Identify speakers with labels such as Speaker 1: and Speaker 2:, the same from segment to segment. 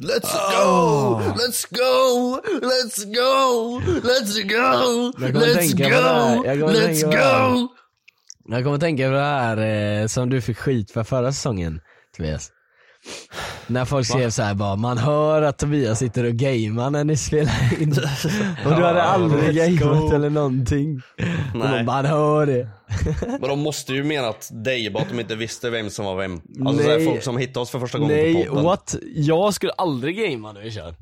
Speaker 1: Let's go! Let's go! Let's go! Let's go!
Speaker 2: Jag kommer
Speaker 1: Let's
Speaker 2: tänka på det
Speaker 1: go!
Speaker 2: här. Jag kommer
Speaker 1: Let's
Speaker 2: tänka på det här.
Speaker 1: go!
Speaker 2: Jag kommer tänka på det här eh, som du fick skit för förra säsongen Tobias. När folk skrev så här bara, man hör att Tobias sitter och gamear när ni spelar in. Och du hade
Speaker 1: Ja,
Speaker 2: aldrig
Speaker 1: let's go.
Speaker 2: gameat eller någonting. Och
Speaker 1: Nej.
Speaker 2: de bara, Man hör det.
Speaker 1: Men de måste ju menat dig bara att de inte visste vem som var vem. Alltså
Speaker 2: Nej.
Speaker 1: såhär folk som hittade oss för första gången på
Speaker 2: Nej,
Speaker 1: podden.
Speaker 2: what? Jag skulle aldrig gamea när vi kör.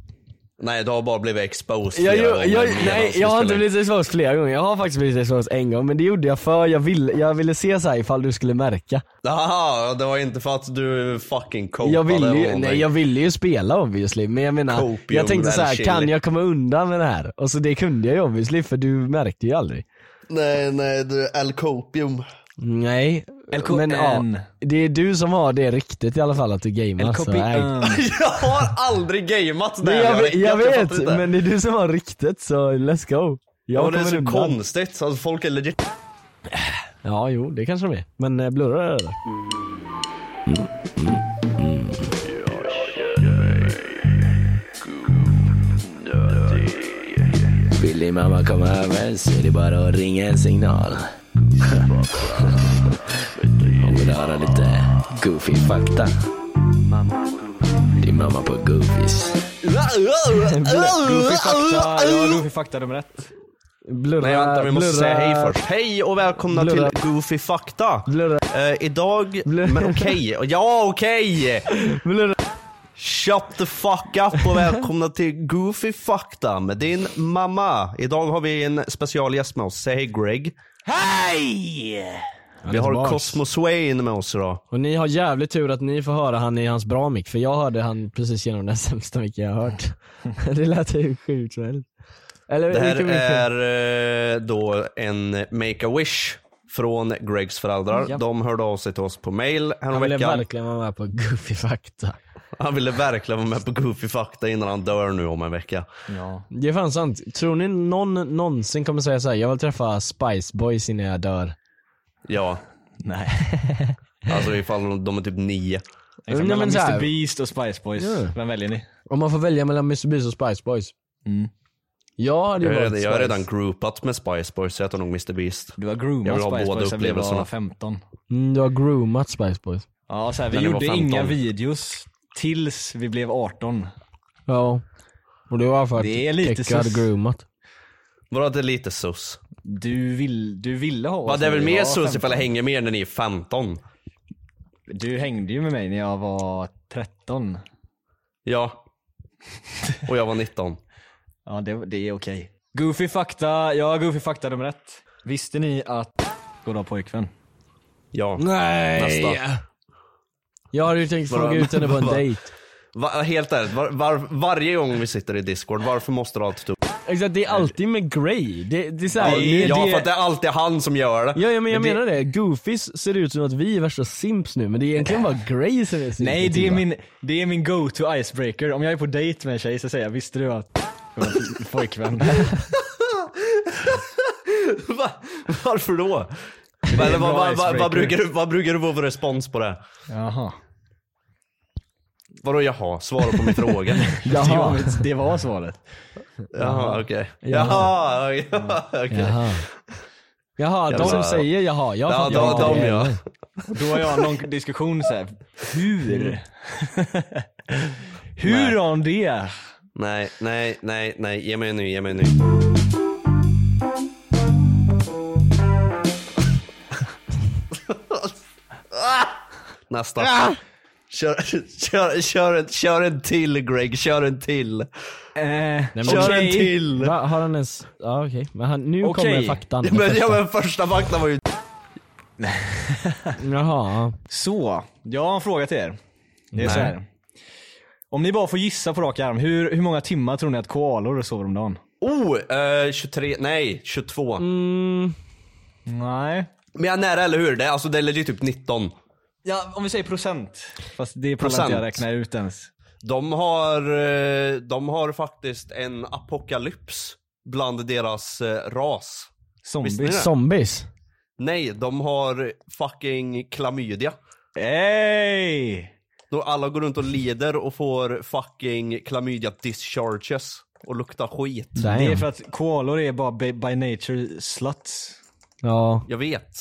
Speaker 1: Nej, du har bara blivit exposed
Speaker 2: Jag,
Speaker 1: flera
Speaker 2: jag,
Speaker 1: gånger
Speaker 2: jag,
Speaker 1: medan
Speaker 2: nej,
Speaker 1: vi
Speaker 2: jag har
Speaker 1: spelar
Speaker 2: inte
Speaker 1: in.
Speaker 2: blivit exposed flera gånger. Jag har faktiskt blivit exposed en gång, men det gjorde jag för jag ville, jag ville se så här ifall du skulle märka.
Speaker 1: Aha, det var inte för att du fucking copade
Speaker 2: Jag ville
Speaker 1: eller
Speaker 2: ju,
Speaker 1: någonting.
Speaker 2: nej jag ville ju spela obviously, men jag menar,
Speaker 1: Copium
Speaker 2: jag tänkte så här,
Speaker 1: eller
Speaker 2: kan
Speaker 1: chili.
Speaker 2: jag komma undan med det här? Och så det kunde jag ju obviously, för du märkte ju aldrig.
Speaker 1: Nej, nej, du, Alcopium.
Speaker 2: Nej, men ja,
Speaker 3: LKN.
Speaker 2: det är du som har det riktigt i alla fall att du gamear. så, nej.
Speaker 1: jag har aldrig gameat
Speaker 2: Nej,
Speaker 1: där.
Speaker 2: jag, vet- jag
Speaker 1: fattar
Speaker 2: vet,
Speaker 1: inte.
Speaker 2: men det är du som har riktigt så let's go. Jag
Speaker 1: Och det är
Speaker 2: kommer
Speaker 1: så
Speaker 2: undan.
Speaker 1: konstigt, alltså, folk är legit
Speaker 2: Ja, jo det kanske de är. Men eh, blurrar det där. Vill mamma komma över så är det bara att ringa en signal. Hon vill höra lite goofy fakta. Din mamma på goofies.
Speaker 3: Goofy fakta, ja, goofy fakta nummer ett.
Speaker 2: Blurra,
Speaker 1: Nej vänta, vi måste säga
Speaker 2: blurra,
Speaker 1: hej först. Hej och välkomna
Speaker 2: Blurra.
Speaker 1: till Goofy Fakta.
Speaker 2: Blurra,
Speaker 1: Eh, idag,
Speaker 2: Blurra.
Speaker 1: men okej, ja okej!
Speaker 2: blurra.
Speaker 1: Shut the fuck up och välkomna till Goofy Fakta med din mamma. Idag har vi en specialgäst med oss, säg hej Greg.
Speaker 3: Hej!
Speaker 1: Vi har
Speaker 2: tillbaks.
Speaker 1: Cosmo Swain med oss idag.
Speaker 2: Och ni har jävligt tur att ni får höra han i hans bra mick, för jag hörde han precis genom den sämsta micken jag har hört. det lät ju sjukt som helst. Eller
Speaker 1: Det här
Speaker 2: vilken mick var det?
Speaker 1: är eh, då en Make-A-Wish från Gregs föräldrar.
Speaker 2: Ja.
Speaker 1: De hörde av sig till oss på mail
Speaker 2: Han ville
Speaker 1: häromveckan.
Speaker 2: verkligen vara med på Goofy Fakta.
Speaker 1: Han ville verkligen vara med på Goofy Fakta innan han dör nu om en vecka.
Speaker 3: Ja.
Speaker 2: Det är fan sant. Tror ni någon någonsin kommer säga så här: jag vill träffa Spice Boys innan jag dör?
Speaker 1: Ja,
Speaker 3: Nej.
Speaker 1: Alltså ifall de, de är typ nio.
Speaker 2: Nej,
Speaker 3: Liksom,
Speaker 2: men
Speaker 3: mellan
Speaker 2: så här-
Speaker 3: Mr Beast och Spice Boys,
Speaker 2: Ja.
Speaker 3: vem väljer ni?
Speaker 2: Om man får välja mellan Mr Beast och Spice Boys.
Speaker 3: Mm.
Speaker 2: Jag hade ju
Speaker 1: Jag har
Speaker 2: valt
Speaker 1: redan, jag har
Speaker 2: Spice.
Speaker 1: redan groupat med Spice Boys så jag tar nog Mr Beast.
Speaker 3: Du har
Speaker 1: Jag
Speaker 3: groomat
Speaker 1: vill ha
Speaker 3: Spice
Speaker 1: båda
Speaker 3: Boys sen vi var
Speaker 1: upplevelserna.
Speaker 3: 15.
Speaker 2: Mm, du har groomat Spice Boys.
Speaker 3: Ja, så här, vi
Speaker 1: När ni var
Speaker 3: gjorde
Speaker 1: 15.
Speaker 3: inga videos tills vi blev 18.
Speaker 2: Ja. Och det var för att
Speaker 3: Det är lite
Speaker 2: Kekko hade
Speaker 3: sus.
Speaker 2: groomat.
Speaker 1: Vadå att det är lite sus?
Speaker 3: Du, vill, du ville ha
Speaker 1: Va,
Speaker 3: oss
Speaker 1: det är
Speaker 3: när
Speaker 1: väl
Speaker 3: vi
Speaker 1: mer
Speaker 3: var
Speaker 1: sus
Speaker 3: 15.
Speaker 1: ifall jag hänger med er när ni är 15?
Speaker 3: Du hängde ju med mig när jag var 13.
Speaker 1: Ja. Och jag var 19.
Speaker 3: Ja, det, det är okej. Goofy fakta, ja goofy fakta nummer ett. Visste ni att går ha pojkvän?
Speaker 1: Ja.
Speaker 2: Nej!
Speaker 1: Nästa.
Speaker 2: Jag hade ju tänkt fråga ut henne på en
Speaker 1: Vadå?
Speaker 2: dejt.
Speaker 1: Va, helt ärligt, var, var, varje gång vi sitter i discord, varför måste du alltid ta upp
Speaker 2: Exakt, det är alltid med Grey. Det, det är så här, nu-
Speaker 1: Ja,
Speaker 2: det-
Speaker 1: för att det är alltid han som gör det.
Speaker 2: Ja, ja men jag menar det, goofies ser ut som att vi är värsta simps nu men det är egentligen bara Grey som är simps
Speaker 3: Nej, det är
Speaker 2: va?
Speaker 3: min, det är min go-to icebreaker. Om jag är på dejt med en tjej så säger jag, visste du att jag har en pojkvän?
Speaker 1: Va? Varför då? Eller, vad, vad,
Speaker 3: bra
Speaker 1: vad,
Speaker 3: icebreaker.
Speaker 1: vad, brukar du, vad brukar du få för respons på det?
Speaker 3: Jaha.
Speaker 1: Vadå jaha? Svara på min fråga.
Speaker 3: Jaha. Det var svaret.
Speaker 1: Jaha okej. Jaha okej.
Speaker 2: Jaha. Jaha, de som
Speaker 1: bara-
Speaker 2: säger jaha, jag
Speaker 1: Ja,
Speaker 2: fattar
Speaker 1: de,
Speaker 2: inte
Speaker 1: de,
Speaker 2: det.
Speaker 1: ja.
Speaker 3: Då har jag någon diskussion så här. hur? hur har hon det?
Speaker 1: Nej, nej, nej, nej. Ge mig en ny, ge mig en ny. Nästa. Kör, kör, kör, en, kör en till Greg, kör en till.
Speaker 3: Eh,
Speaker 1: Kör en
Speaker 3: okej.
Speaker 1: till.
Speaker 2: Va, har han ens, ja okej, men han, nu
Speaker 3: Okej.
Speaker 2: kommer faktan.
Speaker 1: Ja, Men, ja, men första faktan var ju...
Speaker 2: Jaha,
Speaker 3: Så, jag har en fråga till er. Det är så här. Om ni bara får gissa på rak arm, hur, hur många timmar tror ni att koalor sover om dagen?
Speaker 1: Oh, eh, 23, nej 22.
Speaker 3: Nej.
Speaker 1: Men jag är nära eller hur? Det, är- alltså, det är legit typ 19.
Speaker 3: Ja, om vi säger procent. Fast det pallar
Speaker 1: Procent.
Speaker 3: inte jag räkna ut ens.
Speaker 1: De har, eh, de har faktiskt en apokalyps bland deras eh, ras. Visste ni
Speaker 3: Zombies.
Speaker 1: det?
Speaker 2: zombies?
Speaker 1: Nej, de har fucking klamydia.
Speaker 3: Hey!
Speaker 1: Då alla går runt och lider och får fucking klamydia discharges och luktar skit.
Speaker 2: Damn.
Speaker 3: Det är för att koalor är bara by, by nature sluts.
Speaker 2: Ja,
Speaker 1: Jag vet.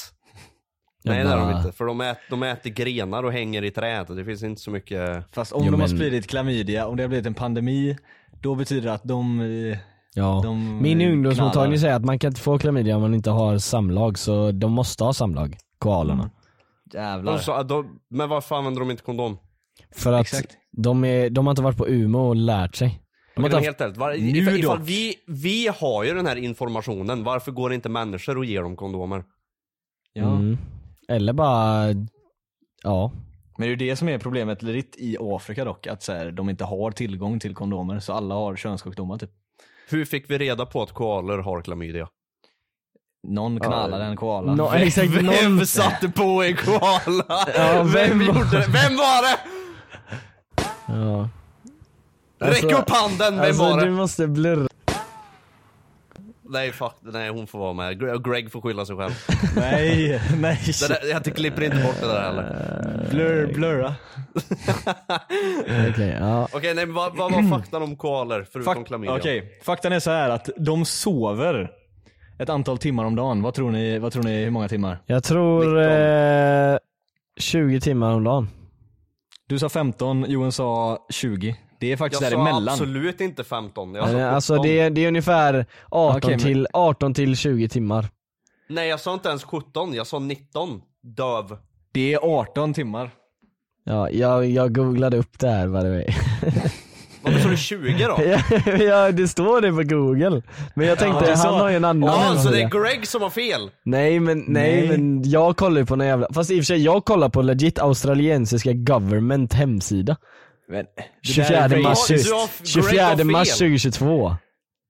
Speaker 2: Jag
Speaker 1: Nej det är de
Speaker 2: bara-
Speaker 1: inte, för de, ät, de äter grenar och hänger i träd. Det finns inte så mycket...
Speaker 3: Fast om
Speaker 2: Jo,
Speaker 3: de har
Speaker 2: men-
Speaker 3: spridit klamydia, om det har blivit en pandemi, då betyder det att de... eh,
Speaker 2: ja.
Speaker 3: De
Speaker 2: Min ungdomsmottagning
Speaker 3: knallar.
Speaker 2: säger att man kan inte få klamydia om man inte har samlag så de måste ha samlag, koalorna.
Speaker 1: Mm.
Speaker 3: Jävlar.
Speaker 1: De sa, de, men varför använder de inte kondom?
Speaker 2: För att
Speaker 3: Exakt.
Speaker 2: de, är, de har inte varit på Umeå och lärt sig. De har
Speaker 1: Men
Speaker 2: inte haft
Speaker 1: helt ärligt, var,
Speaker 3: Nu
Speaker 1: ifall, ifall
Speaker 3: dock.
Speaker 1: vi, vi har ju den här informationen, varför går inte människor och ger dem kondomer?
Speaker 3: Ja.
Speaker 2: Mm. Eller bara, ja.
Speaker 3: Men det är ju det som är problemet lite i Afrika dock, att så här, de inte har tillgång till kondomer, så alla har könssjukdomar typ.
Speaker 1: Hur fick vi reda på att koalor har klamydia?
Speaker 3: Någon knallade en koala.
Speaker 2: No, exakt, någon, alltså,
Speaker 1: Vem satte på en koala?
Speaker 2: Ja,
Speaker 1: vem,
Speaker 2: vem var-
Speaker 1: gjorde det? Vem var det?
Speaker 2: ja.
Speaker 1: Räck upp handen, vem
Speaker 2: Alltså
Speaker 1: var det?
Speaker 2: du måste blurra.
Speaker 1: Nej fuck, nej hon får vara med. Gre- Greg får skylla sig själv.
Speaker 3: Nej, nej.
Speaker 1: Det där, jag klipper inte bort det där heller.
Speaker 3: Blur, blurra.
Speaker 2: Okej, ja.
Speaker 1: Okej, nej men vad, vad var faktan om koalor förutom
Speaker 3: Fak-
Speaker 1: klamydia?
Speaker 3: okej. Faktan är så här att de sover ett antal timmar om dagen. Vad tror ni, vad tror ni hur många timmar?
Speaker 2: Jag tror eh, 20 timmar om dagen.
Speaker 3: Du sa 15, Johan sa 20. Det är faktiskt
Speaker 1: Jag sa
Speaker 3: däremellan.
Speaker 1: absolut inte 15. Jag sa
Speaker 2: Eh, Alltså
Speaker 1: 17.
Speaker 2: det är, det är ungefär 18,
Speaker 3: Okej, men-
Speaker 2: till, 18 till 20 timmar.
Speaker 1: Nej jag sa inte ens 17, jag sa 19. Döv.
Speaker 3: Det är 18 timmar.
Speaker 2: Ja, jag, jag googlade upp det här by the way.
Speaker 1: Varför sa du 20 då?
Speaker 2: ja, det står det på google. Men jag tänkte,
Speaker 3: Ja, det
Speaker 2: han
Speaker 3: sa-
Speaker 2: har ju en annan
Speaker 1: Ja, så det
Speaker 2: hemsida.
Speaker 1: är Greg som har fel?
Speaker 2: Nej men, nej,
Speaker 3: Nej.
Speaker 2: men jag kollar ju på någon jävla, fast i och för sig jag kollar på legit australiensiska government hemsida.
Speaker 3: Men, det där
Speaker 2: 24
Speaker 3: är
Speaker 2: mars,
Speaker 1: racist.
Speaker 3: racist.
Speaker 1: Du har- Greg har
Speaker 2: 24
Speaker 1: fel.
Speaker 2: mars 2022.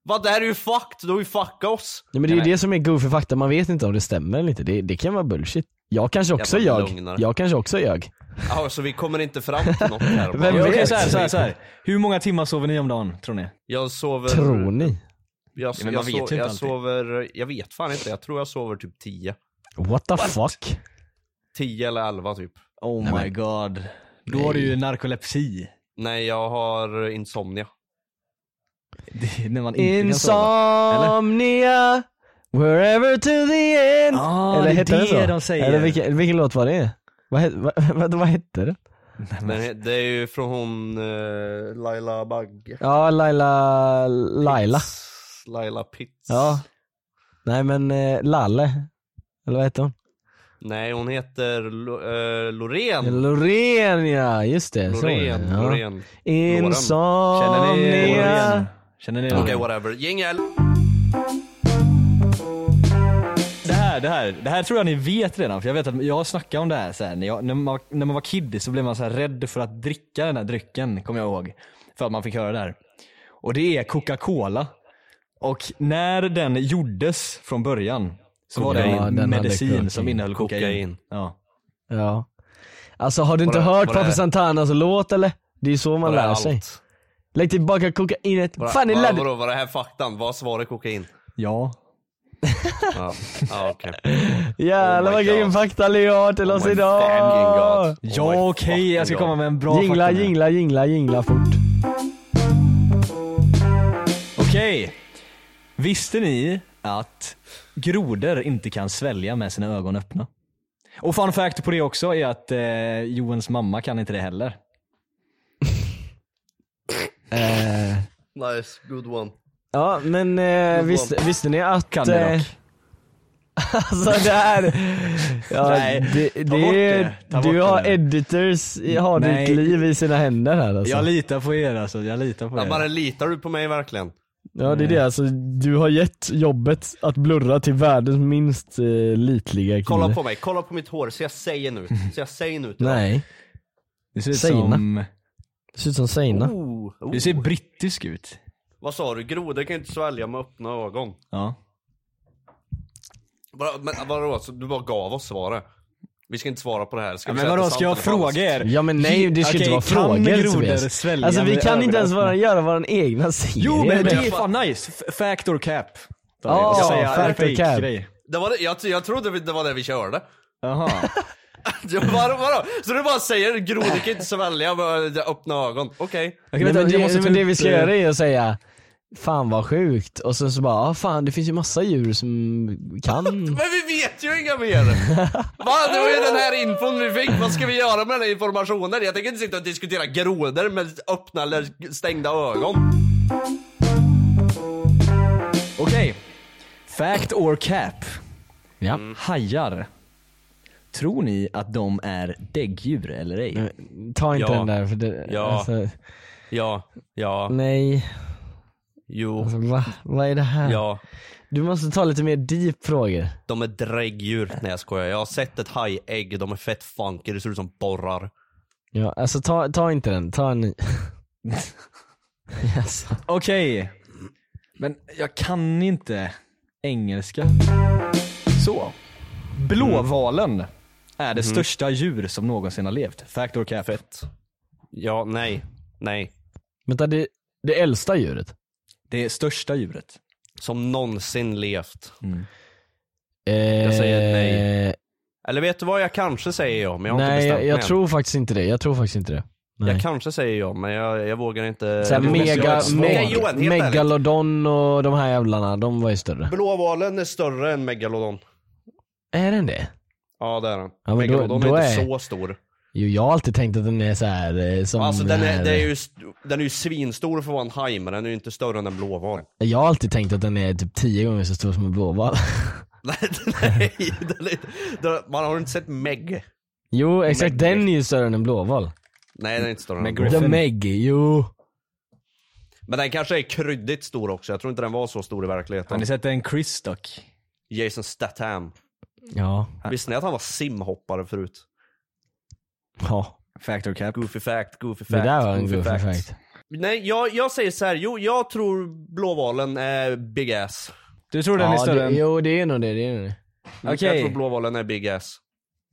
Speaker 1: Vad det här är ju fucked, du har ju fuckat oss.
Speaker 2: Nej, men det är ju det som är goofy fakta, man vet inte om det stämmer eller inte. Det, det kan vara bullshit. Jag kanske också
Speaker 1: Jävla
Speaker 2: ljög.
Speaker 1: lögnare.
Speaker 2: Jag kanske också ljög.
Speaker 1: Ja, så vi kommer inte fram till något här.
Speaker 2: Vem
Speaker 3: Okej,
Speaker 2: vet?
Speaker 3: okej, så här, så här, så här. Hur många timmar sover ni om dagen tror ni?
Speaker 1: Jag sover...
Speaker 2: Tror ni?
Speaker 1: Jag,
Speaker 3: men man
Speaker 1: jag,
Speaker 3: vet
Speaker 1: so-
Speaker 3: ju inte
Speaker 1: jag
Speaker 3: alltid.
Speaker 1: sover... Jag vet fan inte, jag tror jag sover typ 10.
Speaker 2: What the fuck?
Speaker 1: 10 eller 11 typ.
Speaker 3: Oh my god. Då har du ju narkolepsi.
Speaker 1: Nej, jag har insomnia.
Speaker 3: Det är när man inte kan sova.
Speaker 2: Insomnia, wherever to the end.
Speaker 3: Ah, det är
Speaker 2: hette den
Speaker 3: det de säger.
Speaker 2: Eller vilken, vilken låt var det? Vad, he- vad, vad, vad hette den? Mm.
Speaker 1: Men det är ju från hon eh, Laila Bagge.
Speaker 2: Ja, Laila... Laila.
Speaker 1: Laila Pitts.
Speaker 2: Ja. Nej men, eh, Lalle. Eller vad hette hon?
Speaker 1: Nej, hon heter Lo- eh, Loreen.
Speaker 2: Loreen ja, just det. så var det,
Speaker 1: Loreen,
Speaker 2: ja.
Speaker 1: Loreen.
Speaker 2: Insomnia.
Speaker 3: Känner ni Loreen? Känner ni
Speaker 1: Okej,
Speaker 3: Loreen?
Speaker 1: whatever. Jingel!
Speaker 3: Det här, det här, det här tror jag ni vet redan för jag vet att jag snackade om det här sen. Jag, när, man, när man var kid så blev man så här rädd för att dricka den här drycken, kommer jag ihåg. För att man fick höra det här. Och det är Coca-Cola. Och när den gjordes från början så var
Speaker 2: Kokain. Ja,
Speaker 3: det
Speaker 2: den
Speaker 3: en
Speaker 2: hade
Speaker 3: medicin
Speaker 2: kokain.
Speaker 3: som innehöll kokain.
Speaker 1: Kokain.
Speaker 3: Ja.
Speaker 2: Ja. Alltså har du inte
Speaker 1: det-
Speaker 2: hört
Speaker 1: var
Speaker 2: Papi
Speaker 1: det-
Speaker 2: Santanas låt eller? Det är ju så man
Speaker 1: Var det
Speaker 2: lär sig.
Speaker 1: allt?
Speaker 2: Lägg tillbaka kokainet.
Speaker 1: Var,
Speaker 2: Fan ni
Speaker 1: var,
Speaker 2: laddar...
Speaker 1: vadå, var det här faktan? Vad svarar kokain?
Speaker 3: ja.
Speaker 1: Ja, ja okej.
Speaker 3: Alltså,
Speaker 2: Jävlar
Speaker 1: Oh my
Speaker 2: vad grym
Speaker 1: God.
Speaker 2: fakta Leo har till
Speaker 1: Oh
Speaker 2: oss
Speaker 1: my
Speaker 2: idag.
Speaker 1: fucking God.
Speaker 3: Ja
Speaker 1: Oh my
Speaker 3: okej, jag ska
Speaker 1: fucking
Speaker 3: komma
Speaker 1: God.
Speaker 3: med en bra
Speaker 2: Jingla,
Speaker 3: fakta nu.
Speaker 2: jingla, jingla, jingla fort.
Speaker 3: Okej. Visste ni att grodor inte kan svälja med sina ögon öppna? Och fun fact på det också är att eh, Johans mamma kan inte det heller.
Speaker 1: Nice, good one.
Speaker 2: Ja men eh, visste, visste ni att...
Speaker 3: Kan det
Speaker 2: eh,
Speaker 3: dock.
Speaker 2: Alltså det här... Ja,
Speaker 3: Nej,
Speaker 2: det, det,
Speaker 3: ta bort det. Ta bort
Speaker 2: du
Speaker 3: det
Speaker 2: har
Speaker 3: nu.
Speaker 2: editors, i- har
Speaker 3: Nej.
Speaker 2: ditt liv i sina händer här alltså.
Speaker 3: Jag litar på er alltså, jag litar på
Speaker 1: Jag
Speaker 3: er.
Speaker 1: bara, litar du på mig verkligen?
Speaker 2: Ja det är det, alltså du har gett jobbet att blurra till världens minst eh, litliga kille.
Speaker 1: Kolla på mig, kolla på mitt hår, så jag säger nu. Så jag säger nu till
Speaker 2: Nej,
Speaker 3: Du ser ut
Speaker 2: Seina.
Speaker 3: som...
Speaker 2: det ser ut som Seina.
Speaker 1: dig. Oh, oh.
Speaker 3: Du ser brittisk ut.
Speaker 1: Vad sa du? Grodor kan ju inte svälja med öppna ögon.
Speaker 3: Ja.
Speaker 1: Bara, men vadå, så du bara gav oss svaret? Vi ska inte svara på det här. Ska
Speaker 3: Ja,
Speaker 1: vi
Speaker 3: men
Speaker 1: säga att det är
Speaker 3: vadå,
Speaker 1: sant
Speaker 3: ska jag
Speaker 1: eller falskt?
Speaker 3: fråga er?
Speaker 2: Ja men nej det ska
Speaker 3: Okej,
Speaker 2: inte vara
Speaker 3: kan
Speaker 2: frågor
Speaker 3: grodor
Speaker 2: Tobias.
Speaker 3: svälja
Speaker 2: Alltså vi
Speaker 3: med
Speaker 2: kan inte ens
Speaker 3: ögonen?
Speaker 2: vara, göra vår egna serie.
Speaker 3: Jo men det
Speaker 2: Men-
Speaker 3: är fan nice. F- Fact or cap.
Speaker 2: Ja, fact or cap.
Speaker 1: Det var det, jag, jag trodde vi- det var det vi körde.
Speaker 3: Jaha.
Speaker 1: Ja, Vadå, vadå? Så du bara säger grodor kan inte svälja med öppna ögon? Okej.
Speaker 3: Jag
Speaker 2: Nej,
Speaker 3: kan vänta,
Speaker 2: men
Speaker 3: jag
Speaker 2: det,
Speaker 3: måste
Speaker 2: men
Speaker 3: ta
Speaker 2: det vi
Speaker 3: upp,
Speaker 2: ska
Speaker 3: eh,
Speaker 2: göra är att säga Fan vad sjukt och sen så bara, ah, fan det finns ju massa djur som kan
Speaker 1: Men vi vet ju inga mer! Va? Det var ju den här infon vi fick, vad ska vi göra med den här informationen? Jag tänker inte sitta och diskutera grodor med öppna eller stängda ögon.
Speaker 3: Okej. Fact or cap. Mm.
Speaker 2: Ja.
Speaker 3: Hajar. Tror ni att de är däggdjur eller ej?
Speaker 2: Ta inte
Speaker 1: Ja.
Speaker 2: den där för det,
Speaker 1: Ja.
Speaker 2: alltså,
Speaker 1: Ja, ja,
Speaker 2: nej,
Speaker 1: jo,
Speaker 2: alltså, va? Vad är det här?
Speaker 1: ja.
Speaker 2: Du måste ta lite mer deep frågor.
Speaker 1: De är dräggdjur. Nej jag skojar, jag har sett ett hajägg, de är fett funky, det ser ut som borrar.
Speaker 2: Ja, alltså ta, ta inte den, ta en ny. Yes.
Speaker 3: Okej. Men jag kan inte engelska. Så. Blåvalen är det största djur som någonsin har levt. Fact or cap? Fett.
Speaker 1: Ja, nej, nej.
Speaker 2: Vänta, det, det äldsta djuret?
Speaker 3: Det största djuret.
Speaker 1: Som någonsin levt.
Speaker 2: Mm. Jag
Speaker 1: säger nej. Eller vet du vad, jag kanske säger ja, men jag har
Speaker 2: Eh, nej,
Speaker 1: inte
Speaker 2: jag,
Speaker 1: bestämt
Speaker 2: jag
Speaker 1: mig
Speaker 2: tror faktiskt inte det. Jag tror faktiskt inte det.
Speaker 1: än.
Speaker 2: Nej.
Speaker 1: Jag kanske säger ja, men jag, jag vågar inte...
Speaker 2: Såhär
Speaker 1: jag vågar inte göra
Speaker 2: mega,
Speaker 1: ett svar.
Speaker 2: meg,
Speaker 1: Nej, Johan, helt ärligt.
Speaker 2: megalodon och de här jävlarna, de var ju större.
Speaker 1: Blåvalen är större än megalodon.
Speaker 2: Är den det?
Speaker 1: Ja det är den.
Speaker 2: Ja, men då-
Speaker 1: megalodon
Speaker 2: då
Speaker 1: är
Speaker 2: är-
Speaker 1: inte så stor.
Speaker 2: Jo, jag har alltid tänkt att den är så här eh, som
Speaker 1: Alltså den
Speaker 2: här-
Speaker 1: är, den är, ju, st- den är ju svinstor för att vara en haj, men den är ju inte större än en blåval.
Speaker 2: Jag har alltid tänkt att den är typ tio gånger så stor som en blåval.
Speaker 1: Nej, nej, den är- den- man har inte sett Meg?
Speaker 2: Jo, exakt. Den är ju större än en blåval.
Speaker 1: Nej den är inte större än en
Speaker 3: Meg
Speaker 1: blåval.
Speaker 2: The
Speaker 3: Griffin.
Speaker 2: Meg, jo.
Speaker 1: Men den kanske är kryddigt stor också, jag tror inte den var så stor i
Speaker 3: Har ni
Speaker 1: verkligheten.
Speaker 3: sett en Chris dock?
Speaker 1: Jason Statham.
Speaker 2: Ja.
Speaker 1: Visste ni att han var simhoppare förut?
Speaker 2: ja.
Speaker 3: Fact or cap?
Speaker 1: Goofy fact, goofy
Speaker 2: Det
Speaker 1: fact,
Speaker 2: där var en goofy fact.
Speaker 1: Nej jag, jag säger så här. jo jag tror blåvalen är big ass.
Speaker 3: Du tror den är
Speaker 2: Ja,
Speaker 3: större
Speaker 2: det,
Speaker 3: än...
Speaker 2: jo, det är nog det. det, är nog det.
Speaker 3: Okej.
Speaker 1: Jag tror blåvalen är big ass.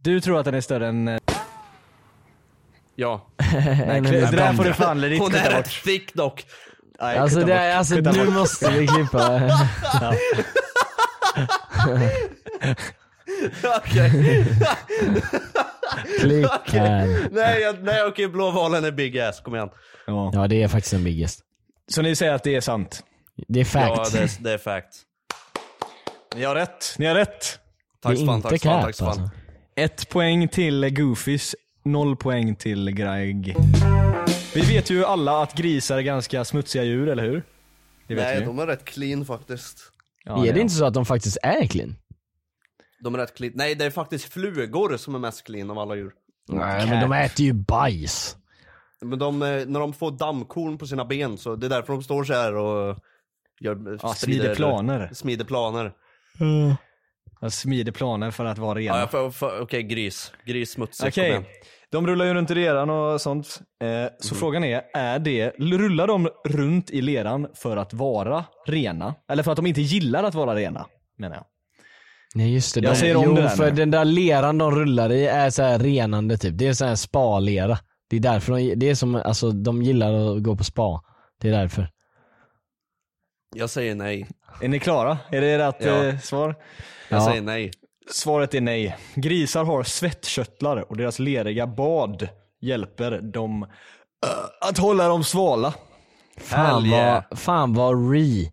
Speaker 3: Du tror att den är större än... eh,
Speaker 1: Ja.
Speaker 3: Nej, Chris, det där får du fan lite
Speaker 1: Hon är
Speaker 3: kutta
Speaker 1: rätt
Speaker 3: bort.
Speaker 1: thick dock.
Speaker 3: Nej,
Speaker 2: Alltså,
Speaker 3: kutta
Speaker 2: det,
Speaker 3: bort.
Speaker 2: är- alltså
Speaker 3: Kutta
Speaker 2: nu
Speaker 3: bort.
Speaker 2: måste vi klippa.
Speaker 1: Okej.
Speaker 2: Klipp här.
Speaker 1: nej, jag, nej okej, blåvalen är big ass, kom igen.
Speaker 3: Ja.
Speaker 2: Ja, det är faktiskt den biggest.
Speaker 3: Så ni säger att det är sant?
Speaker 2: Det
Speaker 1: Ja,
Speaker 2: är fact.
Speaker 1: det är, det är fact.
Speaker 3: Ni har rätt. Ni har rätt.
Speaker 1: Tack
Speaker 2: det
Speaker 1: så
Speaker 2: är
Speaker 1: fan,
Speaker 2: inte
Speaker 1: tack så fan,
Speaker 2: cap
Speaker 1: tack så fan.
Speaker 2: alltså.
Speaker 3: Ett poäng till Goofys, noll poäng till Greg. Vi vet ju alla att grisar är ganska smutsiga djur, eller hur? Det vet vi
Speaker 1: Nej,
Speaker 3: ju.
Speaker 1: de är rätt clean faktiskt.
Speaker 3: Ja,
Speaker 2: är det inte så att de faktiskt är clean?
Speaker 1: De är rätt clean. Nej, det är faktiskt flugor som är mest clean av alla djur.
Speaker 2: Nej, men de äter ju bajs.
Speaker 1: Men de, eh, när de får dammkorn på sina ben så det är därför de står så här och gör, eh,
Speaker 3: Ja,
Speaker 1: sprider-
Speaker 3: smider planer.
Speaker 1: Smider planer.
Speaker 3: Jag smider planer för att vara ren.
Speaker 1: Ja, jag får- får- okej, gris. Gris smutsig, kom
Speaker 3: Okej.
Speaker 1: igen.
Speaker 3: De rullar ju runt i leran och sånt. Eh,
Speaker 1: Mm.
Speaker 3: så frågan är, är det, rullar de runt i leran för att vara rena? Eller för att de inte gillar att vara rena, menar jag.
Speaker 2: Nej just det.
Speaker 3: Jag
Speaker 2: de,
Speaker 3: säger om
Speaker 2: jo,
Speaker 3: det där
Speaker 2: för
Speaker 3: nu.
Speaker 2: den där leran de rullar i är så här renande typ. Det är så här spa-lera. Det är därför de, det är som, alltså de gillar att gå på spa. Det är därför.
Speaker 1: Jag säger nej.
Speaker 3: Är ni klara? Är det rätt
Speaker 1: Ja.
Speaker 3: eh, svar?
Speaker 1: Jag
Speaker 2: Ja.
Speaker 1: säger nej.
Speaker 3: Svaret är nej. Grisar har svettkörtlar och deras leriga bad hjälper dem eh, att hålla dem svala.
Speaker 2: Fan
Speaker 1: Hell yeah.
Speaker 2: vad, fan vad re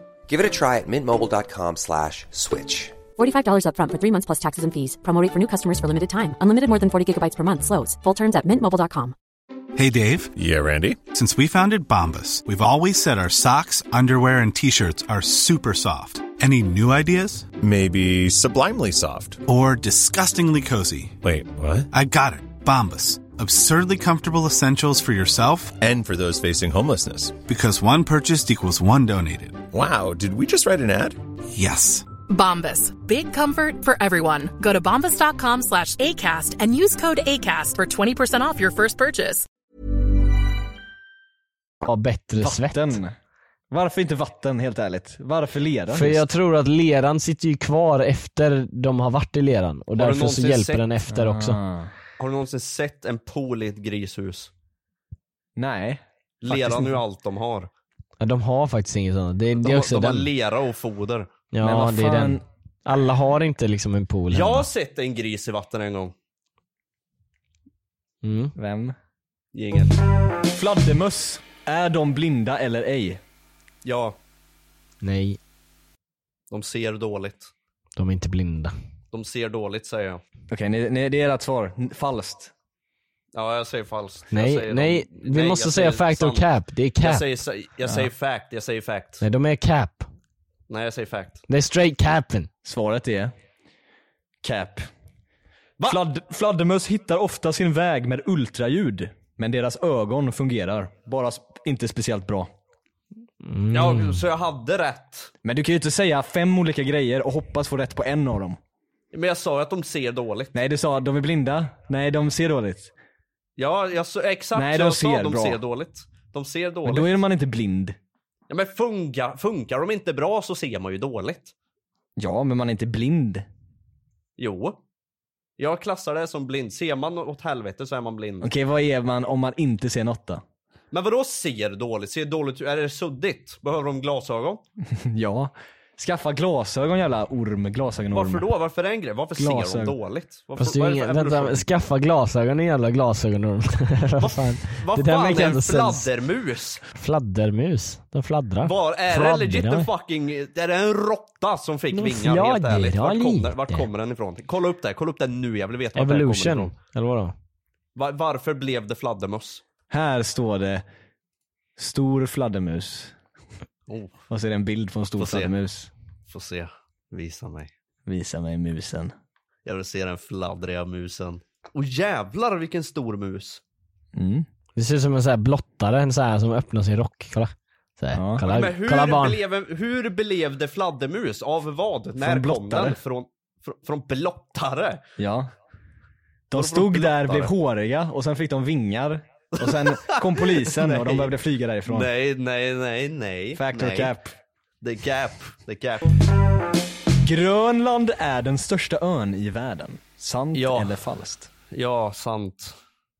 Speaker 4: Give it a try at mintmobile.com slash switch.
Speaker 5: $45 upfront for three months plus taxes and fees. Promo rate for new customers for limited time. Unlimited more than 40 gigabytes per month. Slows. Full terms at mintmobile.com.
Speaker 6: Hey, Dave.
Speaker 7: Yeah, Randy.
Speaker 6: Since we founded Bombus, we've always said our socks, underwear, and t shirts are super soft. Any new ideas?
Speaker 7: Maybe sublimely soft.
Speaker 6: Or disgustingly cozy?
Speaker 7: Wait, what?
Speaker 6: I got it. Bombus. Absurdly comfortable essentials for yourself
Speaker 7: And for those facing homelessness.
Speaker 6: because one purchased equals one donated.
Speaker 7: Wow, did we just write an ad?
Speaker 6: Yes.
Speaker 8: Bombas. Big comfort for everyone. Go to bombas.com slash ACAST and use code ACAST for 20% off your first purchase.
Speaker 2: ha bättre svett.
Speaker 3: Vatten. Varför inte vatten helt ärligt? Varför lera?
Speaker 2: För jag tror att leran sitter ju kvar efter de har varit i leran och
Speaker 1: du
Speaker 2: därför så
Speaker 1: någonsin
Speaker 2: hjälper
Speaker 1: sett-
Speaker 2: den efter också.
Speaker 3: Ah.
Speaker 1: Har du någonsin sett en pool i ett grishus?
Speaker 3: Nej.
Speaker 1: Leran är ju
Speaker 3: inte.
Speaker 1: allt de har.
Speaker 2: Ja, de har faktiskt inget sånt. Det,
Speaker 1: De,
Speaker 2: det är också
Speaker 1: de har
Speaker 2: den.
Speaker 1: lera och foder.
Speaker 3: Men
Speaker 2: Ja
Speaker 3: vad
Speaker 2: det är
Speaker 3: fan.
Speaker 2: den. Alla har inte liksom en pool
Speaker 1: Jag har
Speaker 2: hemma.
Speaker 1: sett en gris i vatten en gång.
Speaker 2: Mm.
Speaker 3: Vem?
Speaker 1: Jingel.
Speaker 3: Fladdermöss. Är de blinda eller ej?
Speaker 1: Ja,
Speaker 2: Nej,
Speaker 1: de ser dåligt.
Speaker 2: de är inte blinda.
Speaker 1: De ser dåligt säger jag.
Speaker 3: Okej, ni, ni, det är ert svar. N- Falskt.
Speaker 1: Ja, jag säger falskt.
Speaker 2: Nej,
Speaker 1: jag säger
Speaker 2: nej,
Speaker 1: de-
Speaker 2: vi
Speaker 1: nej,
Speaker 2: måste
Speaker 1: jag
Speaker 2: säga
Speaker 1: säger
Speaker 2: fact or
Speaker 1: sant.
Speaker 2: cap. Det är cap.
Speaker 1: Jag säger, sa- jag säger fact, jag säger fact.
Speaker 2: Nej, de är cap.
Speaker 1: Nej, jag säger fact.
Speaker 2: Det är straight capen.
Speaker 3: Svaret är cap. Fladd, fladdermöss hittar ofta sin väg med ultraljud. Men deras ögon fungerar. Bara sp- inte speciellt bra.
Speaker 2: Mm.
Speaker 1: Ja, så jag hade rätt.
Speaker 3: Men du kan ju inte säga fem olika grejer och hoppas få rätt på en av dem.
Speaker 1: Men jag sa ju att de ser dåligt.
Speaker 3: Nej, du sa att de är blinda. Nej, de ser dåligt.
Speaker 1: Ja, jag, sa- exakt.
Speaker 3: Nej,
Speaker 1: så
Speaker 3: de
Speaker 1: jag
Speaker 3: ser
Speaker 1: sa, de
Speaker 3: bra.
Speaker 1: ser dåligt. De ser
Speaker 3: Men
Speaker 1: dåligt.
Speaker 3: då är man inte blind.
Speaker 1: ja, men funka, funkar de inte bra så ser man ju dåligt.
Speaker 3: Ja, men man är inte blind.
Speaker 1: Jo. Jag klassar det som blind. Ser man åt helvete så är man blind.
Speaker 3: Okej, vad är man om man inte ser något då?
Speaker 1: Men vadå ser dåligt? Ser dåligt ut? Är det suddigt? Behöver de glasögon?
Speaker 3: Ja. Skaffa glasögon jävla orm. Glasögonorm.
Speaker 1: Varför då? Varför är det en grej? Varför ser de
Speaker 3: Glasögon.
Speaker 1: dåligt? Varför,
Speaker 2: Fast det är
Speaker 1: vad är
Speaker 2: ju
Speaker 1: det
Speaker 2: ingen,
Speaker 1: för evolution?
Speaker 2: vänta, skaffa glasögon i jävla glasögonorm. vad fan?
Speaker 1: Vad
Speaker 2: där
Speaker 1: fan
Speaker 2: make
Speaker 1: är en
Speaker 2: inte sens.
Speaker 1: fladdermus?
Speaker 2: Fladdermus. De fladdrar.
Speaker 1: Var, är det legit en
Speaker 2: Fladdrar.
Speaker 1: fucking... Är det en råtta som fick
Speaker 2: Men
Speaker 1: vingar helt
Speaker 2: fladder,
Speaker 1: ärligt?
Speaker 2: ja,
Speaker 1: Vart kom,
Speaker 2: lite.
Speaker 1: den, vart kommer den ifrån? Kolla upp det, kolla upp det nu, jag vill veta vart det här kommer
Speaker 2: Evolution,
Speaker 1: ifrån.
Speaker 2: eller vadå?
Speaker 1: Va- varför blev det fladdermöss?
Speaker 3: Här står det stor fladdermus.
Speaker 1: Oh,
Speaker 3: Och så är det en bild på en stor
Speaker 1: Får se.
Speaker 3: fladdermus.
Speaker 1: får se. Visa mig.
Speaker 3: Visa mig musen.
Speaker 1: Jag vill se den fladdriga musen. Och jävlar vilken stor mus.
Speaker 3: Mm.
Speaker 2: Det ser ut som en sån här blottare, en sån här som öppnar sin rock. Kolla. Så här,
Speaker 3: Ja.
Speaker 2: kolla,
Speaker 1: Men
Speaker 2: kolla
Speaker 1: hur,
Speaker 2: barn.
Speaker 1: blev, en- hur belevde fladdermus? Av vad? När kom
Speaker 3: blottare.
Speaker 1: den? Från, fr, från blottare?
Speaker 3: Ja.
Speaker 1: Vadå
Speaker 3: De
Speaker 1: för
Speaker 3: stod där,
Speaker 1: blottare?
Speaker 3: blev håriga och sen fick de vingar. Och sen kom polisen och de
Speaker 1: Nej.
Speaker 3: behövde flyga därifrån.
Speaker 1: Nej, nej, nej, nej.
Speaker 3: Factor
Speaker 1: nej.
Speaker 3: cap.
Speaker 1: The gap, the gap.
Speaker 3: Grönland är den största ön i världen. Sant
Speaker 1: Ja.
Speaker 3: eller falskt?
Speaker 1: Ja, sant.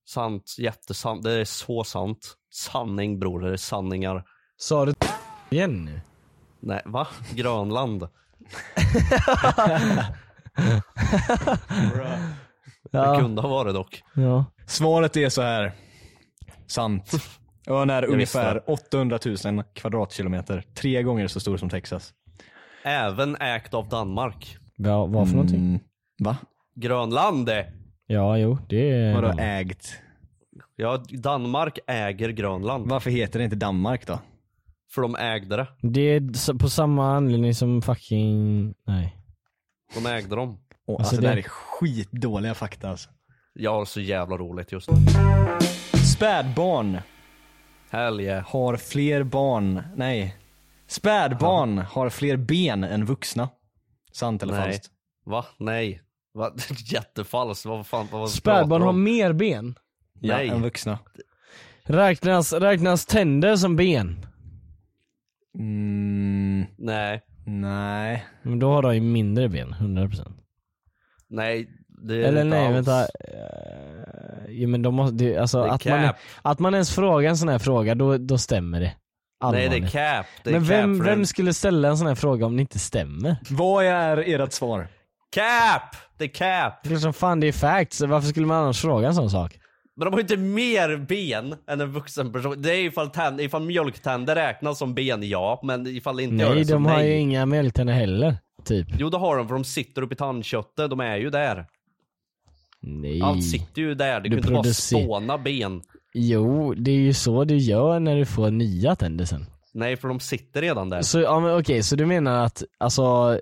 Speaker 1: Sant, jättesant. Det är så sant. Sanning bror, det är sanningar.
Speaker 2: Sa du igen nu?
Speaker 1: Nej, va? Grönland? Det
Speaker 2: Ja,
Speaker 1: kunde ha varit dock.
Speaker 2: ja.
Speaker 3: Svaret är så här. Sant. Ön är
Speaker 1: visste
Speaker 3: ungefär 800 000 kvadratkilometer. Tre gånger så stor som Texas.
Speaker 1: Även ägt av Danmark.
Speaker 2: Va, vad för någonting?
Speaker 3: Va?
Speaker 1: Grönland! eh.
Speaker 2: Ja, jo, det är...
Speaker 3: Vadå ägt?
Speaker 1: Ja, Danmark äger Grönland.
Speaker 3: Varför heter det inte Danmark då?
Speaker 1: För de ägde det.
Speaker 2: Det är så- på samma anledning som fucking... Nej.
Speaker 1: De ägde dem.
Speaker 3: Åh,
Speaker 2: Alltså,
Speaker 3: alltså,
Speaker 2: det-
Speaker 3: det här är skitdåliga fakta alltså.
Speaker 1: Jag har så jävla roligt just nu.
Speaker 3: Spädbarn
Speaker 1: Hell yeah.
Speaker 3: har fler barn, nej. Spädbarn har fler ben än vuxna. Sant eller
Speaker 1: Nej.
Speaker 3: falskt?
Speaker 1: Va? Nej. Va? Jättefalskt. Vad fan vad pratar
Speaker 2: Spädbarn
Speaker 1: du
Speaker 2: har
Speaker 1: om?
Speaker 2: mer ben.
Speaker 1: Nej.
Speaker 3: Ja, än vuxna.
Speaker 2: Räknas, räknas tänder som ben?
Speaker 3: Mm,
Speaker 1: Nej.
Speaker 3: nej.
Speaker 2: Men då har de ju mindre ben, 100%.
Speaker 1: Nej. Det är
Speaker 2: Eller
Speaker 1: inte
Speaker 2: nej
Speaker 1: alls.
Speaker 2: vänta. Eh, Jo men de måste, det, alltså
Speaker 1: Det är
Speaker 2: att man,
Speaker 1: cap.
Speaker 2: att man ens frågar en sån här fråga, då, då stämmer det.
Speaker 1: Nej det är
Speaker 2: Allvarligt.
Speaker 1: cap. Det är
Speaker 2: Men vem,
Speaker 1: cap för
Speaker 2: vem
Speaker 1: den-
Speaker 2: skulle ställa en sån här fråga om det inte stämmer?
Speaker 3: Vad är ert svar?
Speaker 1: Cap! Det är cap.
Speaker 2: Det är klart som fan det är facts, varför skulle man annars fråga en sån sak?
Speaker 1: Men de har ju inte mer ben än en vuxen person. Det är ifall, tänd, ifall mjölktänder räknas som ben, ja. Men ifall det inte gör
Speaker 2: Nej
Speaker 1: det så
Speaker 2: de har
Speaker 1: nej.
Speaker 2: ju inga mjölktänder heller, typ.
Speaker 1: Jo det har de för de sitter upp i tandköttet, de är ju där.
Speaker 2: Nej.
Speaker 1: Allt sitter ju där, det
Speaker 2: Du
Speaker 1: kan inte bara
Speaker 2: producer-
Speaker 1: spåna ben.
Speaker 2: Jo, det är ju så du gör när du får nya tänder sen.
Speaker 1: Nej för de sitter redan där.
Speaker 2: Så, ja, men, okej, så du menar att alltså,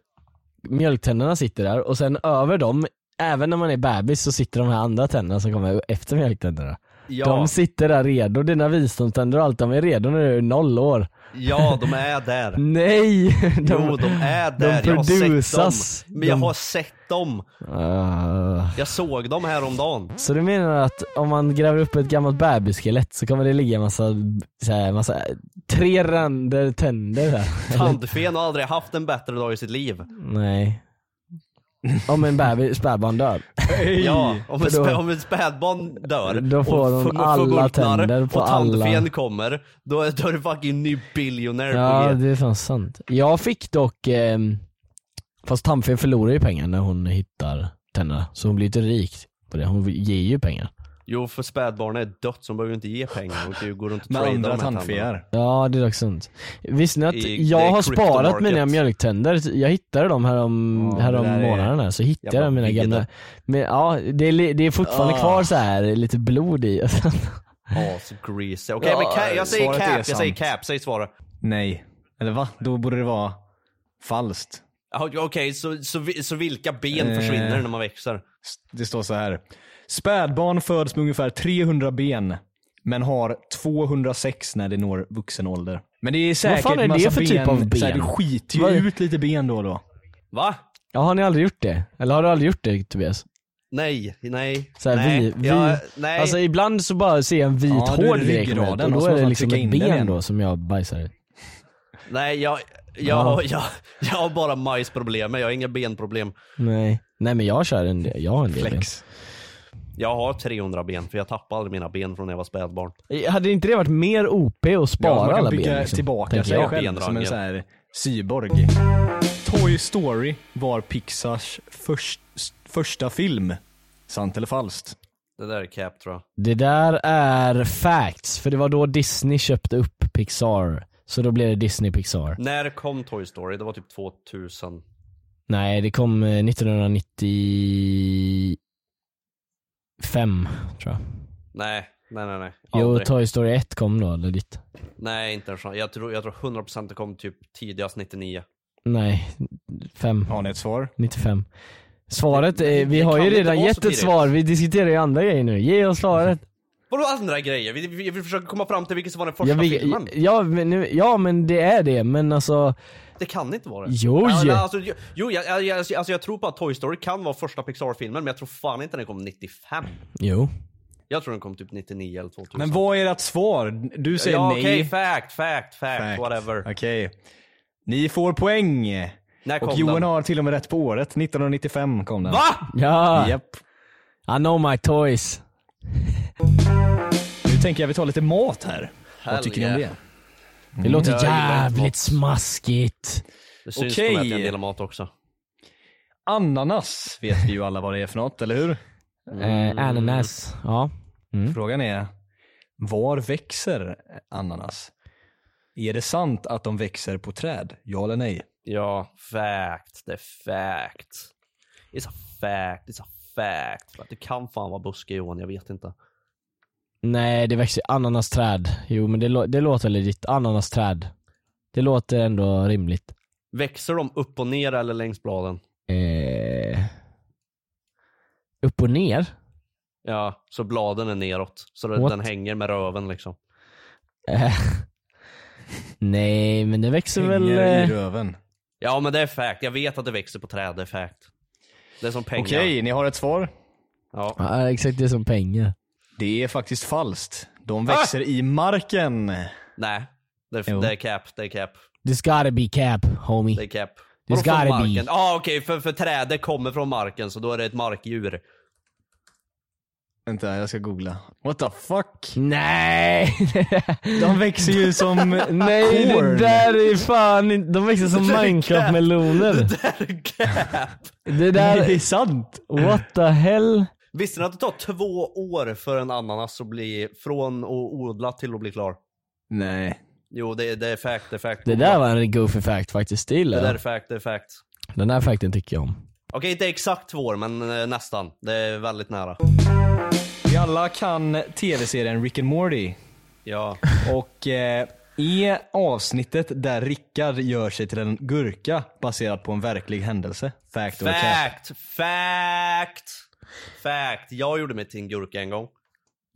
Speaker 2: mjölktänderna sitter där och sen över dem, även när man är bebis så sitter de här andra tänderna som kommer efter mjölktänderna.
Speaker 1: Ja,
Speaker 2: De
Speaker 1: de
Speaker 2: sitter där redo, dina visdomständer och allt, de är redo när du är noll år.
Speaker 1: ja de är där.
Speaker 2: Nej! De,
Speaker 1: jo de är där,
Speaker 2: de
Speaker 1: jag har sett dem.
Speaker 2: produsas.
Speaker 1: Men jag
Speaker 2: De-
Speaker 1: har sett dem.
Speaker 2: Ah.
Speaker 1: Jag såg dem häromdagen.
Speaker 2: Så du menar att om man gräver upp ett gammalt bebiskелett så kommer det ligga en massa, så här, massa tre ränder tänder där?
Speaker 1: Tandfen har aldrig haft en bättre dag i sitt liv.
Speaker 2: Nej. Om en bebis, spädbarn dör.
Speaker 1: Ja, om ett,
Speaker 2: För då-
Speaker 1: spä, om ett spädbarn dör
Speaker 2: Då får
Speaker 1: och
Speaker 2: de
Speaker 1: fun-
Speaker 2: alla
Speaker 1: förmultnar
Speaker 2: tänder på
Speaker 1: och tandfen
Speaker 2: alla.
Speaker 1: kommer, då, är- då är det fucking ny biljonär
Speaker 2: Ja
Speaker 1: på G.
Speaker 2: det är fan sant. Jag fick dock, ehm, fast Tamfen förlorar ju pengar när hon hittar tänderna. Så hon blir inte rik på det. Hon ger ju pengar.
Speaker 1: Jo för spädbarn är dött så de behöver ju inte ge pengar och du går runt och
Speaker 3: Med
Speaker 1: tradea
Speaker 3: andra
Speaker 1: de här tänderna.
Speaker 3: tandfear.
Speaker 2: Ja det är dock sant. Visste ni att
Speaker 1: I- det
Speaker 2: jag
Speaker 1: är
Speaker 2: har sparat
Speaker 1: cryptomarket.
Speaker 2: mina mjölktänder? Jag hittade dem härom,
Speaker 3: Ja, det
Speaker 2: härom
Speaker 3: där är-
Speaker 2: månaden här, så hittade jag
Speaker 1: Jävla
Speaker 2: mina
Speaker 1: video.
Speaker 2: gamla. Men ja, det är, li- det är fortfarande
Speaker 3: Ah.
Speaker 2: kvar så här lite blod i.
Speaker 1: Asgreasy. Okej
Speaker 3: Ja,
Speaker 1: men ca- jag säger
Speaker 3: svaret
Speaker 1: cap,
Speaker 3: är
Speaker 1: jag
Speaker 3: sant.
Speaker 1: säger cap, säg svaret.
Speaker 3: Nej. Eller va? Då borde det vara falskt.
Speaker 1: Ja, Okej, så, så, vi- så vilka ben
Speaker 3: Eh.
Speaker 1: försvinner när man växer?
Speaker 3: Det står så här. Spädbarn föds med ungefär 300 ben, men har 206 när det når vuxen ålder. Men det är säkert
Speaker 2: fan är det
Speaker 3: massa
Speaker 2: för
Speaker 3: ben,
Speaker 2: typ av
Speaker 3: Så här,
Speaker 2: ben?
Speaker 3: du skiter ju
Speaker 2: Vad-
Speaker 3: ut lite ben då och då.
Speaker 1: Va?
Speaker 2: Ja har ni aldrig gjort det? Eller har du aldrig gjort det Tobias?
Speaker 1: Nej, nej,
Speaker 2: Så här,
Speaker 1: nej.
Speaker 2: vi, vi,
Speaker 1: Ja, nej.
Speaker 2: Alltså ibland så bara ser jag en vit
Speaker 3: Ja, då är det
Speaker 2: hård lek med, och
Speaker 3: ryggraden,
Speaker 2: då
Speaker 3: och så
Speaker 2: är
Speaker 3: måste
Speaker 2: det
Speaker 3: man
Speaker 2: liksom
Speaker 3: trycka
Speaker 2: ett
Speaker 3: in den
Speaker 2: ben
Speaker 3: igen.
Speaker 2: då som jag bajsar ut.
Speaker 1: nej jag,
Speaker 2: Ja.
Speaker 1: jag, jag, jag har bara majsproblem, men jag har inga benproblem.
Speaker 2: Nej. Nej men jag kör en del, jag har en del
Speaker 3: Flex.
Speaker 1: Jag har 300 ben för jag tappade aldrig mina ben från när jag var spädbarn.
Speaker 2: ben. Hade inte det varit mer OP att spara
Speaker 3: Ja, man kan
Speaker 2: alla
Speaker 3: bygga
Speaker 2: ben? Liksom,
Speaker 3: tillbaka
Speaker 2: tänker
Speaker 3: sig
Speaker 2: jag.
Speaker 3: själv som en
Speaker 1: Bendragen.
Speaker 3: så här cyborg. Toy Story var Pixars först, första film. Sant eller falskt?
Speaker 1: Det där är cap tror jag.
Speaker 2: Det där är facts, för det var då Disney köpte upp Pixar. Så då blev det Disney Pixar.
Speaker 1: När kom Toy Story? Det var typ 2000.
Speaker 2: Nej det kom eh, 1995 tror jag.
Speaker 1: Nej, nej, nej. nej.
Speaker 2: Jo
Speaker 1: Aldrig.
Speaker 2: Toy Story 1 kom då, eller ditt.
Speaker 1: Nej, inte en chans. Jag tror, jag tror 100% det kom typ tidigast 99.
Speaker 2: Nej, 5.
Speaker 3: Har ni ett svar?
Speaker 2: 95. Svaret,
Speaker 1: det-
Speaker 2: är, vi
Speaker 1: det
Speaker 2: har
Speaker 1: kan
Speaker 2: ju
Speaker 1: inte
Speaker 2: redan
Speaker 1: vara så
Speaker 2: gett ett
Speaker 1: tidigt.
Speaker 2: svar, vi diskuterar ju andra grejer nu. Ge oss svaret.
Speaker 1: Vadå andra grejer? Vi, vi, vi försöker komma fram till vilken som var den första
Speaker 2: Ja, vi,
Speaker 1: filmen.
Speaker 2: ja, men, nu- ja men det är det, men alltså,
Speaker 1: Det kan inte vara det.
Speaker 2: Jo,
Speaker 1: Ja,
Speaker 2: ju.
Speaker 1: nej, alltså, jo, jo jag, jag, jag, alltså, jag tror på att Toy Story kan vara första Pixar-filmen, men jag tror fan inte den kom 95.
Speaker 2: jo.
Speaker 1: Jag tror den kom typ 99 eller 2000.
Speaker 3: Men vad är ert svar? Du säger
Speaker 1: ja,
Speaker 3: nej.
Speaker 1: okej, fact, fact, fact,
Speaker 3: Fact.
Speaker 1: whatever.
Speaker 3: Okej. Ni får poäng.
Speaker 1: När kom
Speaker 3: Och Johan
Speaker 1: den?
Speaker 3: har till och med rätt på året. 1995 kom den.
Speaker 1: Va?
Speaker 2: Ja,
Speaker 3: Japp.
Speaker 2: I know my toys.
Speaker 3: Nu tänker jag vi tar lite mat här.
Speaker 1: Hell
Speaker 3: Vad tycker ni
Speaker 1: yeah.
Speaker 3: om
Speaker 2: Det låter
Speaker 1: Jag gillar
Speaker 2: jävligt
Speaker 1: mat.
Speaker 2: smaskigt.
Speaker 1: Det syns
Speaker 3: Okej.
Speaker 1: på mig att jag delar mat också.
Speaker 3: det? Ananas vet vi ju alla vad det är för något, eller hur? Mm.
Speaker 2: Eh, ananas, ja.
Speaker 1: Mm.
Speaker 3: Frågan är, var växer ananas? Är det sant att de växer på träd? Ja eller nej?
Speaker 1: Ja, fact. Det är fact. It's a fact. It's a fact. För att Det kan fan vara buske Johan, jag vet inte.
Speaker 2: Nej det växer, ananasträd. Jo men det, lå- det låter legit, ananasträd. Det låter ändå rimligt.
Speaker 1: Växer de upp och ner eller längs bladen?
Speaker 2: Eh, upp och ner?
Speaker 1: Ja, så bladen är neråt. Så det,
Speaker 2: What?
Speaker 1: den hänger med röven liksom.
Speaker 2: Eh, nej men det växer
Speaker 1: Hänger
Speaker 2: väl...
Speaker 1: i
Speaker 2: eh,
Speaker 3: röven.
Speaker 1: Ja men det är fact. Jag vet att det växer på träd, det är fact. Det är som pengar.
Speaker 3: Okej, ni har ett svar?
Speaker 1: Ja.
Speaker 2: Ja, exakt det är som pengar.
Speaker 3: Det är faktiskt falskt. De
Speaker 1: Ah!
Speaker 3: växer i marken.
Speaker 1: Nej, det
Speaker 3: Jo.
Speaker 1: är, det är cap. Det är cap.
Speaker 2: This gotta be cap homie.
Speaker 1: Det är cap.
Speaker 2: This
Speaker 1: Vadå från
Speaker 2: gotta
Speaker 1: marken?
Speaker 2: be.
Speaker 1: Ja okej, för, för trädet kommer från marken så då är det ett markdjur.
Speaker 3: Vänta, jag ska googla. What the fuck?
Speaker 2: Nej!
Speaker 3: De växer ju som
Speaker 2: Nej det
Speaker 3: corn.
Speaker 2: där är fan inte- de växer som
Speaker 3: Det där är
Speaker 2: Minecraft-meloner. Det där
Speaker 3: Nej, det är
Speaker 2: sant. What the hell?
Speaker 1: Visste ni att det tar två år för en ananas att bli, från att odla till att bli klar?
Speaker 3: Nej.
Speaker 1: Jo det, är- det är fact, det är fact.
Speaker 2: Det där var en goofy fact faktiskt, det
Speaker 1: Det
Speaker 2: gillar
Speaker 1: där är
Speaker 2: jag.
Speaker 1: fact, det är fact.
Speaker 2: Den här fakten tycker jag om.
Speaker 1: Okej, inte exakt två år, men eh, nästan. Det är väldigt nära.
Speaker 3: Vi alla kan tv-serien Rick and Morty.
Speaker 1: Ja.
Speaker 3: Och eh, i avsnittet där Rickard gör sig till en gurka baserat på en verklig händelse. Fact or cap?
Speaker 1: Fact! Fact! Fact! Jag gjorde mig till en gurka en gång.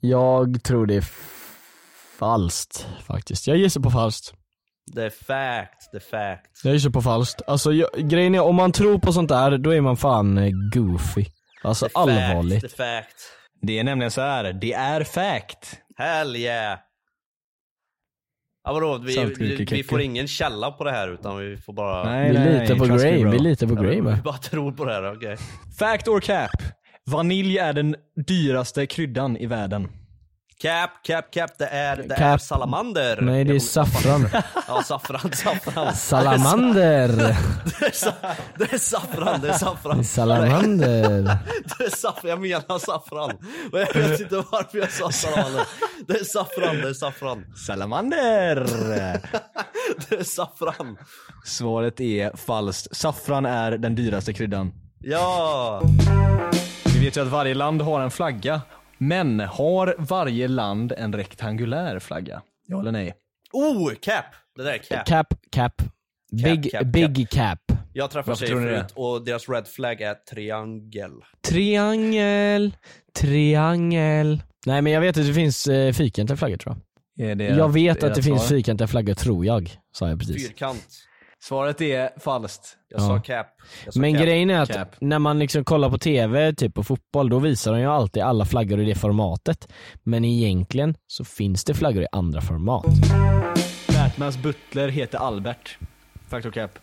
Speaker 2: Jag tror det är f- falskt faktiskt. Jag gissar på falskt.
Speaker 1: Det är fact, det är fact.
Speaker 2: Jag gissar på falskt. Alltså jag, grejen är, om man tror på sånt där, då är man fan eh, goofy. Alltså allvarligt.
Speaker 1: Fact, det är fact.
Speaker 3: Det är nämligen så här. det är fact.
Speaker 1: Hell yeah! Ja, vadå, vi, vi, vi
Speaker 3: Saltgurkekeke.
Speaker 1: får ingen källa på det här utan vi får bara...
Speaker 2: vi litar på
Speaker 3: trust me,
Speaker 2: Graham,
Speaker 3: bro.
Speaker 2: vi litar på
Speaker 1: Ja, vi-
Speaker 2: Graham här.
Speaker 1: Vi bara tror på det här, okej.
Speaker 3: Fact or cap? Vanilj är den dyraste kryddan i världen.
Speaker 1: Cap, cap, cap, det är, det är
Speaker 2: Cap.
Speaker 1: salamander.
Speaker 2: Nej det är saffran.
Speaker 1: Ja, saffran, saffran.
Speaker 2: Salamander!
Speaker 1: Det är, sa- det är saffran, det är saffran.
Speaker 2: Salamander.
Speaker 1: Det är saffran, jag menar saffran. Men jag vet inte varför jag sa salamander. Det är saffran, det är saffran.
Speaker 3: Salamander!
Speaker 1: Det är saffran.
Speaker 3: Svaret är falskt. Saffran är den dyraste kryddan.
Speaker 1: Ja!
Speaker 3: Vi vet ju att varje land har en flagga. Men har varje land en rektangulär flagga? Ja eller nej?
Speaker 1: Oh, cap! Det där är cap.
Speaker 2: Cap, cap. Big,
Speaker 1: cap,
Speaker 2: big cap.
Speaker 1: Jag träffade
Speaker 3: Varför
Speaker 1: tjejer
Speaker 3: tror ni det?
Speaker 1: förut och deras red flag är triangel.
Speaker 2: Triangel, triangel. Nej men jag vet att det finns eh, fyrkantiga flaggor tror jag.
Speaker 3: Är det
Speaker 2: Jag vet
Speaker 3: är
Speaker 2: att det finns
Speaker 3: svar?
Speaker 2: fyrkantiga flaggor tror jag, sa jag precis.
Speaker 1: Fyrkant.
Speaker 3: Svaret är falskt.
Speaker 1: Jag sa cap. Jag sa
Speaker 2: Men
Speaker 1: cap.
Speaker 2: grejen är att
Speaker 3: Cap.
Speaker 2: när man liksom kollar på TV, typ på fotboll, då visar de ju alltid alla flaggor i det formatet. Men egentligen så finns det flaggor i andra format.
Speaker 3: Batmans butler heter Albert. Factor cap.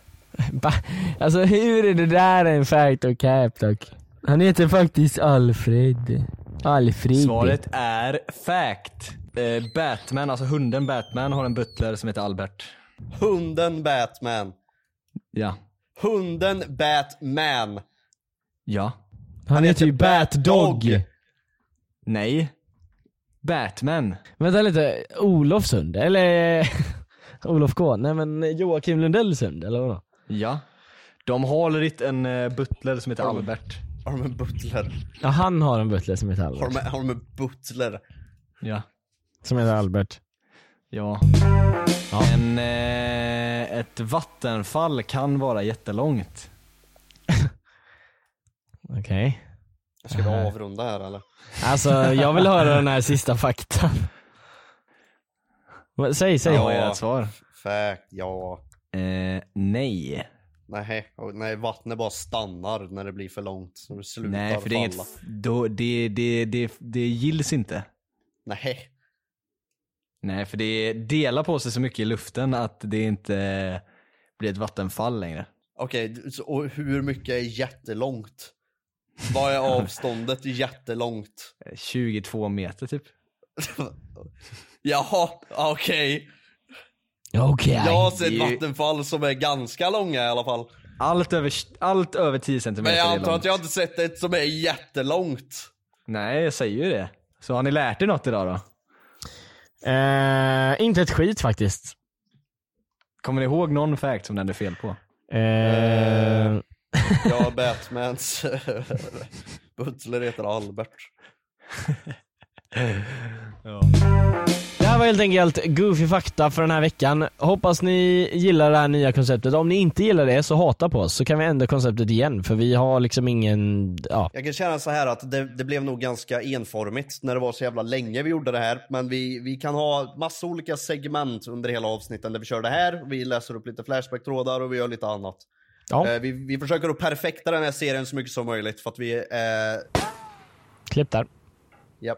Speaker 2: Ba- alltså hur är det där en factor cap dock? Han heter faktiskt Alfred. Alfred.
Speaker 3: Svaret är fact. Eh, Batman, alltså hunden Batman har en butler som heter Albert.
Speaker 1: Hunden Batman.
Speaker 3: Ja.
Speaker 1: Hunden Batman.
Speaker 3: Ja.
Speaker 2: Han, typ heter ju Batdog.
Speaker 1: Batdog.
Speaker 3: Nej. Batman.
Speaker 2: Vänta lite, Olofs hund? Eller Olof K? Nej men Joakim Lundells hund eller vadå?
Speaker 3: Ja. De har lite en eh, butler som heter Albert.
Speaker 1: Har de en butler?
Speaker 2: Ja han har en butler som heter
Speaker 1: Har
Speaker 2: Albert.
Speaker 1: de, har de en butler?
Speaker 3: Ja.
Speaker 2: Som heter Albert.
Speaker 3: Ja. En, eh, ett vattenfall kan vara jättelångt.
Speaker 2: Okej.
Speaker 1: Ska vi
Speaker 3: Äh.
Speaker 1: avrunda här eller?
Speaker 2: Alltså jag vill höra den här sista faktan. Vad- Säg, säg.
Speaker 3: Vad är
Speaker 1: Ja.
Speaker 3: ert svar?
Speaker 1: Fact, ja.
Speaker 3: Eh, nej.
Speaker 1: Nej, och- nej, vattnet bara stannar när det blir för långt. Så det slutar
Speaker 3: Nej, för det är inget...
Speaker 1: falla.
Speaker 3: f- Då, det, det, det, det gills inte.
Speaker 1: Nej.
Speaker 3: Nej, för det delar på sig så mycket i luften att det inte blir ett vattenfall längre.
Speaker 1: Okej, så- och hur mycket är jättelångt? Vad är avståndet jättelångt?
Speaker 3: Eh, 22 meter typ.
Speaker 1: Jaha, okej.
Speaker 2: Okej.
Speaker 1: Jag har sett
Speaker 3: det-
Speaker 1: vattenfall som är ganska långa i alla fall.
Speaker 3: Allt över, allt över 10 centimeter
Speaker 1: Men jag
Speaker 3: är
Speaker 1: antar
Speaker 3: långt.
Speaker 1: att jag inte sett ett som är jättelångt.
Speaker 3: Nej, jag säger ju det. Så har ni lärt er något idag då?
Speaker 2: Eh, inte ett skit faktiskt.
Speaker 3: Kommer ni ihåg någon fact som ni hade fel på?
Speaker 2: Eh,
Speaker 1: Ja, Batmans butler heter Albert.
Speaker 2: Det här var helt enkelt Goofy fakta för den här veckan. Hoppas ni gillar det här nya konceptet. Om ni inte gillar det så hata på oss så kan vi ändra konceptet igen för vi har liksom ingen, ja.
Speaker 1: Jag kan känna så här att det, det blev nog ganska enformigt när det var så jävla länge vi gjorde det här. Men vi, vi kan ha massa olika segment under hela avsnitten där vi kör det här. Vi läser upp lite flashback-trådar och vi gör lite annat.
Speaker 2: Ja.
Speaker 1: Eh, Vi, vi försöker att perfekta den här serien så mycket som möjligt för att vi... Eh,
Speaker 2: Klipp där.
Speaker 1: japp.